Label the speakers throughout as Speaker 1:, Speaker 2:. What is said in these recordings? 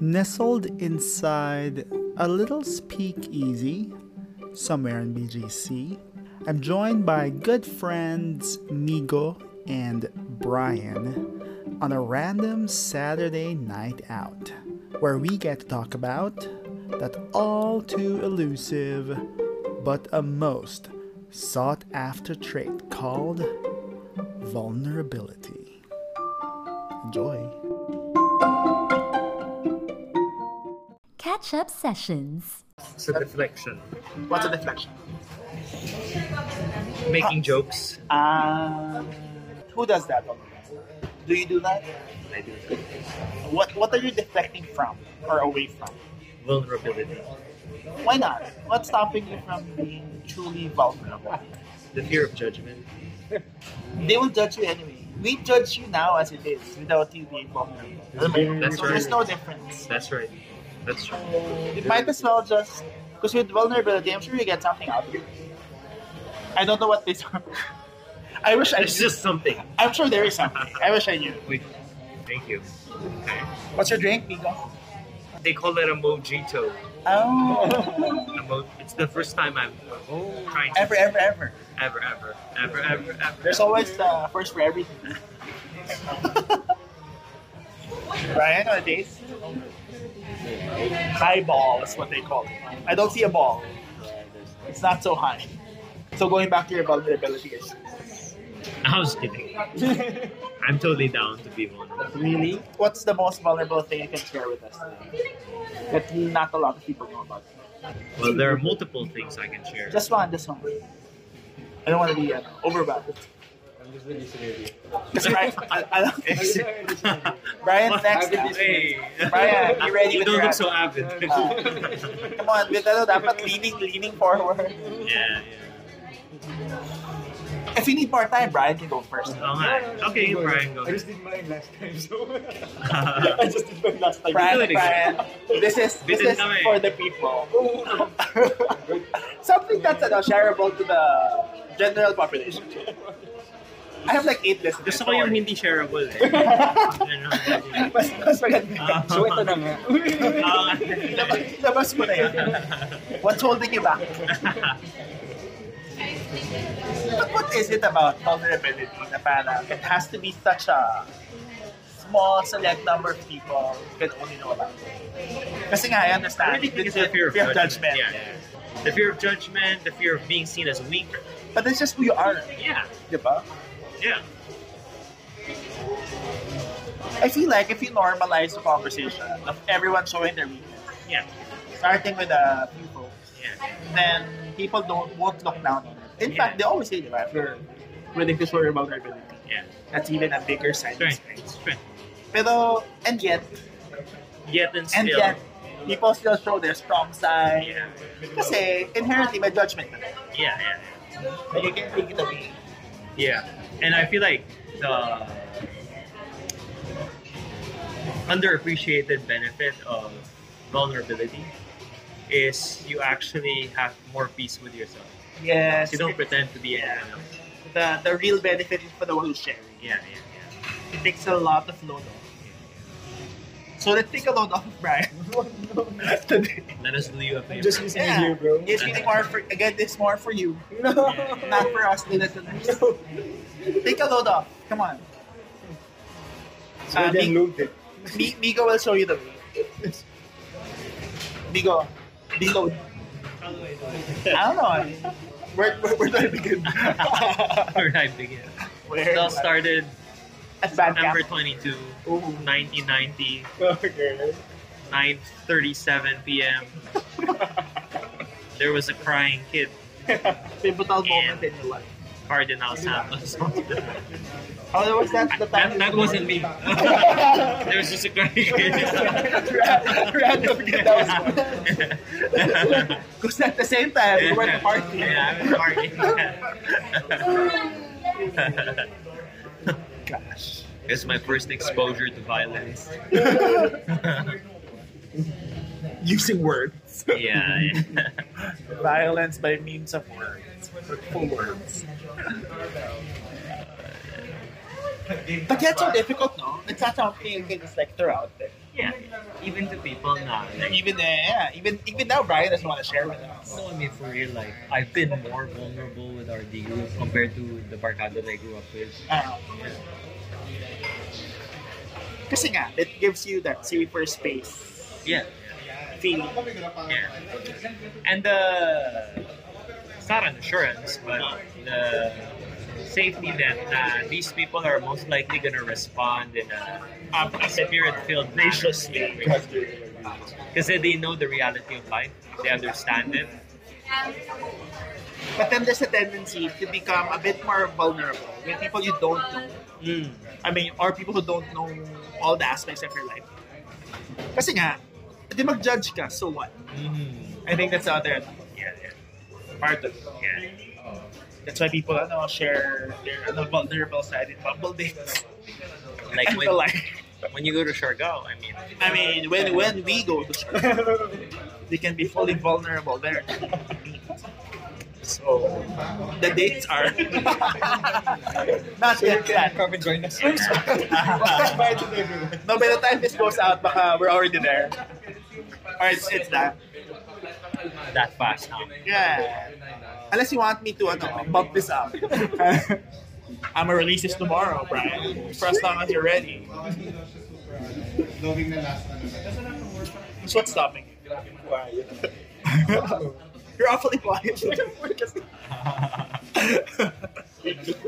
Speaker 1: Nestled inside a little speakeasy somewhere in BGC, I'm joined by good friends Nigo and Brian on a random Saturday night out where we get to talk about that all too elusive but a most sought after trait called vulnerability. Enjoy.
Speaker 2: Catch up sessions.
Speaker 3: It's a deflection.
Speaker 4: What's a deflection?
Speaker 3: Making jokes.
Speaker 4: Uh, who does that? Do you do that?
Speaker 3: I do
Speaker 4: What What are you deflecting from or away from?
Speaker 3: Vulnerability.
Speaker 4: Why not? What's stopping you from being truly vulnerable?
Speaker 3: The fear of judgment.
Speaker 4: They will judge you anyway. We judge you now as it is without you being vulnerable. Alam mo yun?
Speaker 3: That's
Speaker 4: so there's
Speaker 3: right.
Speaker 4: no difference.
Speaker 3: That's right. That's true.
Speaker 4: You might as well just because with vulnerability, I'm sure you get something out of it. I don't know what this. I wish I.
Speaker 3: There's
Speaker 4: Knew.
Speaker 3: just something.
Speaker 4: I'm sure there is something. I wish I knew.
Speaker 3: Wait. Thank you. Okay.
Speaker 4: What's your drink, Nico?
Speaker 3: They call that a mojito.
Speaker 4: Oh,
Speaker 3: A mo- it's the first time I'm trying to
Speaker 4: ever, ever, ever.
Speaker 3: ever, ever, ever, ever, ever.
Speaker 4: There's always the first for everything. Brian, on a date? High ball is what they call it. I don't see a ball. It's not so high. So going back to your vulnerability issue.
Speaker 3: I was kidding. I'm totally down to be vulnerable.
Speaker 4: Really? What's the most vulnerable thing you can share with us today? That not a lot of people know about.
Speaker 3: Well, there are multiple things I can share.
Speaker 4: Just one, just one. I don't want to be uh, overwhelmed. Because Brian, I, I don't, Brian's next. now.
Speaker 3: Hey.
Speaker 4: Brian, you ready
Speaker 3: You
Speaker 4: with
Speaker 3: don't
Speaker 4: your
Speaker 3: look so avid.
Speaker 4: Come on, with ano, dapat leaning, leaning forward.
Speaker 3: yeah, yeah.
Speaker 4: If you need more time, Brian can go first.
Speaker 3: Oo nga. eh. Okay, Brian, go.
Speaker 5: I just did mine last time, so.
Speaker 3: ahead.
Speaker 5: just did mine last time.
Speaker 4: Brian,
Speaker 3: do it
Speaker 4: Brian,
Speaker 3: again.
Speaker 4: this is this
Speaker 3: Bitin
Speaker 4: is
Speaker 3: kami.
Speaker 4: for the people. Something that's ano, shareable to the general population. I have like eight listeners.
Speaker 3: Gusto ko yung hindi shareable eh. Ganun.
Speaker 4: Mas, mas maganda.
Speaker 5: So, ito na nga.
Speaker 3: Oo nga.
Speaker 4: Labas, labas mo na yun. What's holding you back? But what is it about vulnerability na parang it has to be such a small select number of people who can only know about it? Kasi nga, I
Speaker 3: I
Speaker 4: understand.
Speaker 3: really think
Speaker 4: It's
Speaker 3: it's the fear of
Speaker 4: fear of
Speaker 3: judgment.
Speaker 4: judgment.
Speaker 3: Yeah, yeah. The fear of judgment, the fear of being seen as weak.
Speaker 4: But that's just who you are,
Speaker 3: Yeah,
Speaker 4: di ba?
Speaker 3: yeah.
Speaker 4: I feel like if you normalize the conversation of everyone showing their weakness,
Speaker 3: Yeah,
Speaker 4: starting with the few folks,
Speaker 3: yeah.
Speaker 4: then people don't won't look down on it. In
Speaker 3: Yeah.
Speaker 4: fact, they always say, di ba, if you're willing to show your vulnerability,
Speaker 3: Yeah.
Speaker 4: that's even a bigger sign. of
Speaker 3: Strength,
Speaker 4: strength.
Speaker 3: strength.
Speaker 4: Pero, and yet,
Speaker 3: Yet and still.
Speaker 4: and yet, people still show their strong side.
Speaker 3: Yeah,
Speaker 4: Kasi, inherently, may judgment na.
Speaker 3: yeah, yeah.
Speaker 4: But you can take it away.
Speaker 3: Yeah, and I feel like the underappreciated benefit of vulnerability is you actually have more peace with yourself.
Speaker 4: Yes.
Speaker 3: You don't pretend to be anyone else.
Speaker 4: the, the real benefit is for the one who's sharing.
Speaker 3: Yeah, yeah, yeah.
Speaker 4: It takes a lot of load off. So let's take a load off, Brian. Today.
Speaker 3: Let us do you a favor.
Speaker 5: Just listening
Speaker 4: Yeah.
Speaker 5: to you, bro.
Speaker 4: It's really more for, again, it's more for you. Not for us, the listeners. Take a load off. Come on.
Speaker 5: So, I
Speaker 4: Mi-
Speaker 5: downloaded.
Speaker 4: Mi- Migo will show you the way. Migo, deload. I don't know. Where, where, where do I begin?
Speaker 3: Where I begin.
Speaker 4: where
Speaker 3: It all started
Speaker 4: At
Speaker 3: September
Speaker 4: Bandcamp.
Speaker 3: 22,
Speaker 4: Ooh.
Speaker 3: 1990,
Speaker 5: Okay.
Speaker 3: 9.37 p.m. there was a crying kid,
Speaker 4: Pivotal
Speaker 3: And-
Speaker 4: moment in your life.
Speaker 3: Cardinal Santos.
Speaker 4: Oh, was that the
Speaker 3: that,
Speaker 4: time?
Speaker 3: that wasn't me. there was just a crying kid.
Speaker 4: Random kid that was Because at the same time, we were at the party.
Speaker 3: Yeah, I was partying.
Speaker 4: Gosh.
Speaker 3: it's my first exposure to violence.
Speaker 4: Using words.
Speaker 3: yeah. yeah.
Speaker 4: Violence by means of words. Hurtful words. But that's so difficult, no? It's not something you can just like throw out there.
Speaker 3: yeah, even to people now.
Speaker 4: And
Speaker 3: Like,
Speaker 4: even uh, yeah, even even now, Brian doesn't want to share with us.
Speaker 3: no, I mean, for real, like, I've been more vulnerable with our D group compared to the barkada that I grew up with.
Speaker 4: Ah. kasi nga, it gives you that safer space
Speaker 3: Yeah,
Speaker 4: feeling.
Speaker 3: yeah. And the, it's not an assurance, but the safety that uh, these people are most likely going to respond in a, um, a spirit-filled graciously. Because they know the reality of life, they understand it.
Speaker 4: But then there's a tendency to become a bit more vulnerable with people you don't know. I mean, or people who don't know all the aspects of your life. Kasi nga, di mag-judge ka, so what?
Speaker 3: Mhm.
Speaker 4: I think that's the other yeah, yeah. part of it.
Speaker 3: Yeah.
Speaker 4: That's why people ano, share their ano, vulnerable side in bubble dates.
Speaker 3: Like
Speaker 4: And
Speaker 3: when,
Speaker 4: the like.
Speaker 3: when you go to Siargao, I mean,
Speaker 4: I mean, when when we go to church, they can be fully vulnerable there. So the dates are not yet planned.
Speaker 5: Come and join us.
Speaker 4: no,
Speaker 5: Invited everyone.
Speaker 4: by the time this goes out, baka we're already there. Or it's, it's that.
Speaker 3: that fast now.
Speaker 4: Yeah. Unless you want me to ano, bump this up. I'm gonna release this tomorrow, Brian. For as long as you're ready. So what's stopping you? You're awfully quiet.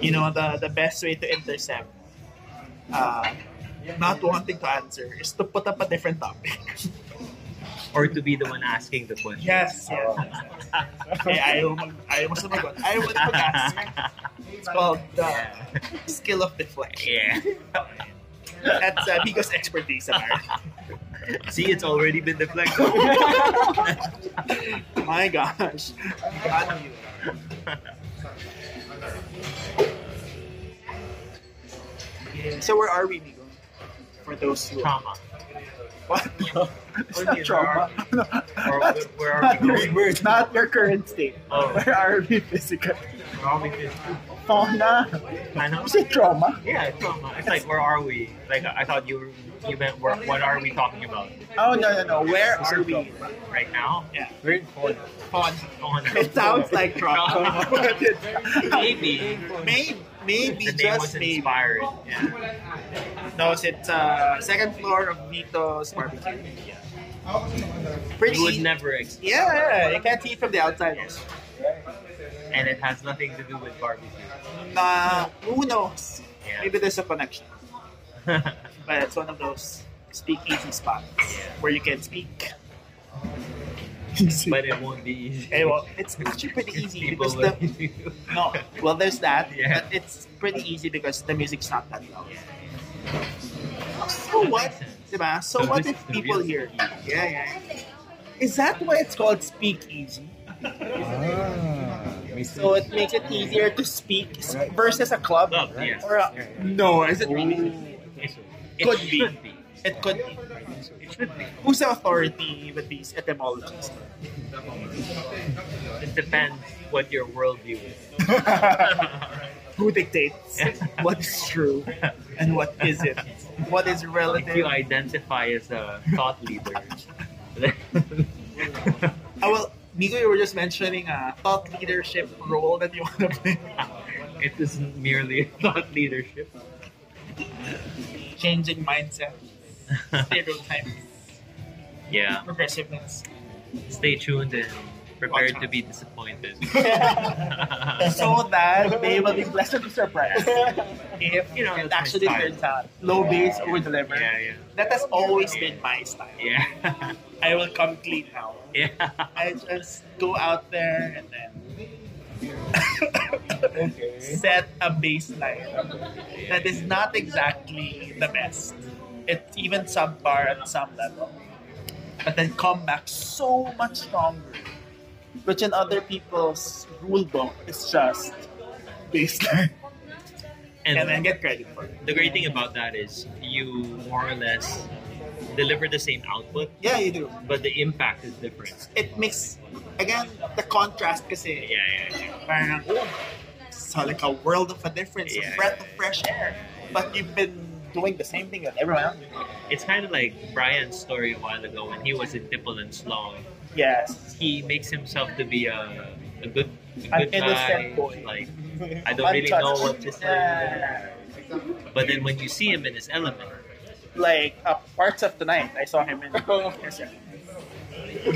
Speaker 4: you know, the, the best way to intercept uh, not wanting to answer is to put up a different topic.
Speaker 3: Or to be the one asking the question.
Speaker 4: Yes. yes.
Speaker 3: Oh.
Speaker 4: eh, ayaw, mag, ayaw mo sa mag Ayaw mo na mag-ask. It's called the skill of deflection.
Speaker 3: Yeah.
Speaker 4: That's uh, Bigo's expertise, apparently.
Speaker 3: See, it's already been deflected.
Speaker 4: My gosh. Got you. So where are we, Bigo? For those who...
Speaker 3: Trauma.
Speaker 4: What? It's not
Speaker 3: Okay,
Speaker 4: trauma.
Speaker 3: Or
Speaker 4: That's-
Speaker 3: where are we going?
Speaker 4: Where it's not your current state.
Speaker 3: Oh.
Speaker 4: Where are we physically?
Speaker 3: Where are we going?
Speaker 4: Fauna.
Speaker 3: I know.
Speaker 4: You say trauma?
Speaker 3: Yeah, trauma. It's like where are we? Like I thought you were, you meant where, what are we talking about
Speaker 4: Oh no no no! Where are we?
Speaker 3: right now?
Speaker 5: Very important.
Speaker 4: On.
Speaker 3: Oh, no.
Speaker 4: It sounds like trauma. but it's-
Speaker 3: maybe
Speaker 4: maybe maybe
Speaker 3: the name was
Speaker 4: just maybe.
Speaker 3: inspired. Yeah.
Speaker 4: No, it's at uh, second floor of Vito's barbecue. Pretty.
Speaker 3: You would never expect,
Speaker 4: yeah, you can't see from the outside. Yes.
Speaker 3: and it has nothing to do with barbecue.
Speaker 4: Nah, who knows?
Speaker 3: Yeah.
Speaker 4: Maybe there's a connection. But it's one of those speakeasy spots where you can speak.
Speaker 3: but it won't be easy.
Speaker 4: Hey, well, it's actually pretty
Speaker 3: Because
Speaker 4: easy
Speaker 3: people
Speaker 4: because the
Speaker 3: will-
Speaker 4: No. Well, there's that.
Speaker 3: Yeah.
Speaker 4: But it's pretty easy because the music's not that loud.
Speaker 3: Yeah.
Speaker 4: So
Speaker 3: That
Speaker 4: what?
Speaker 3: makes sense.
Speaker 4: Diba? So
Speaker 3: So
Speaker 4: what
Speaker 3: this
Speaker 4: if
Speaker 3: is the
Speaker 4: people
Speaker 3: real
Speaker 4: hear? Yeah, yeah. Is that why it's called speakeasy? So it makes it easier to speak s- versus a club.
Speaker 3: Club, yes.
Speaker 4: Or a, no, is it really?
Speaker 3: uh, It,
Speaker 4: Could
Speaker 3: should
Speaker 4: be.
Speaker 3: be.
Speaker 4: It could be.
Speaker 3: It should be.
Speaker 4: Who's the authority with these etymologies?
Speaker 3: It depends what your worldview is.
Speaker 4: Who dictates what's true and what isn't? What is
Speaker 3: If you
Speaker 4: relative?
Speaker 3: identify as a thought leader,
Speaker 4: Oh, well, Nico, you were just mentioning a thought leadership role that you want to play.
Speaker 3: it isn't merely thought leadership.
Speaker 4: Changing mindset, stereotypes,
Speaker 3: Yeah.
Speaker 4: progressiveness.
Speaker 3: Stay tuned and prepared to be disappointed.
Speaker 4: so that they will be pleasantly surprised if
Speaker 3: You know,
Speaker 4: it
Speaker 3: that's my
Speaker 4: actually
Speaker 3: style.
Speaker 4: turns out low base over deliver.
Speaker 3: yeah, yeah.
Speaker 4: That has always been my style.
Speaker 3: Yeah.
Speaker 4: I will come clean now.
Speaker 3: yeah.
Speaker 4: I just go out there and then
Speaker 5: Okay.
Speaker 4: set a baseline that is not exactly the best. It's even subpar at some level. But then come back so much stronger. Which in other people's rule book is just baseline.
Speaker 3: And,
Speaker 4: And then get credit for it.
Speaker 3: the great thing about that is you more or less deliver the same output,
Speaker 4: Yeah, you do.
Speaker 3: but the impact is different.
Speaker 4: It makes, again, the contrast kasi.
Speaker 3: Yeah, yeah, yeah.
Speaker 4: Parang, oh, it's like a world of a difference,
Speaker 3: Yeah.
Speaker 4: a breath of fresh air. But you've been doing the same thing that everyone else. is doing.
Speaker 3: It's kind of like Brian's story a while ago when he was in Tipple and Sloan.
Speaker 4: Yes.
Speaker 3: He makes himself to be a, a good, a
Speaker 4: An
Speaker 3: good guy.
Speaker 4: innocent boy.
Speaker 3: Like I don't really know
Speaker 4: Untouched.
Speaker 3: what this is.
Speaker 4: Yeah.
Speaker 3: But then when you see him in his element,
Speaker 4: Like uh, parts of the night, I saw him in.
Speaker 5: Oh.
Speaker 4: Yes, sir.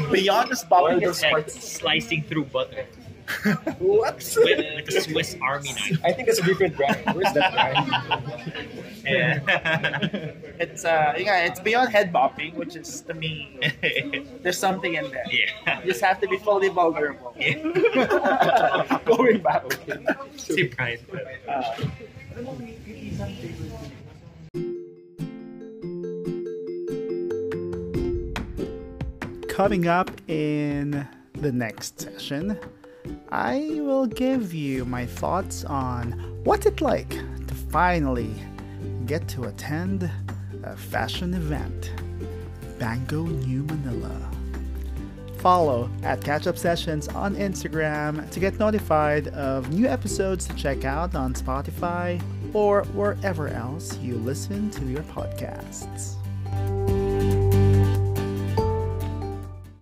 Speaker 4: Beyond just popping his
Speaker 3: it's like
Speaker 4: head.
Speaker 3: slicing through butter
Speaker 4: What?
Speaker 3: with like a Swiss Army knife.
Speaker 5: I think that's a different brand. Where's that brand?
Speaker 3: Yeah.
Speaker 4: It's uh, yeah, it's beyond head bopping, which is to me, there's something in there.
Speaker 3: yeah.
Speaker 4: You just have to be fully vulnerable.
Speaker 3: Yeah.
Speaker 4: Going back.
Speaker 3: See Brian.
Speaker 4: Uh,
Speaker 1: Coming up in the next session, I will give you my thoughts on what it's like to finally get to attend a fashion event, Bango New Manila. Follow at Catch Up Sessions on Instagram to get notified of new episodes to check out on Spotify or wherever else you listen to your podcasts.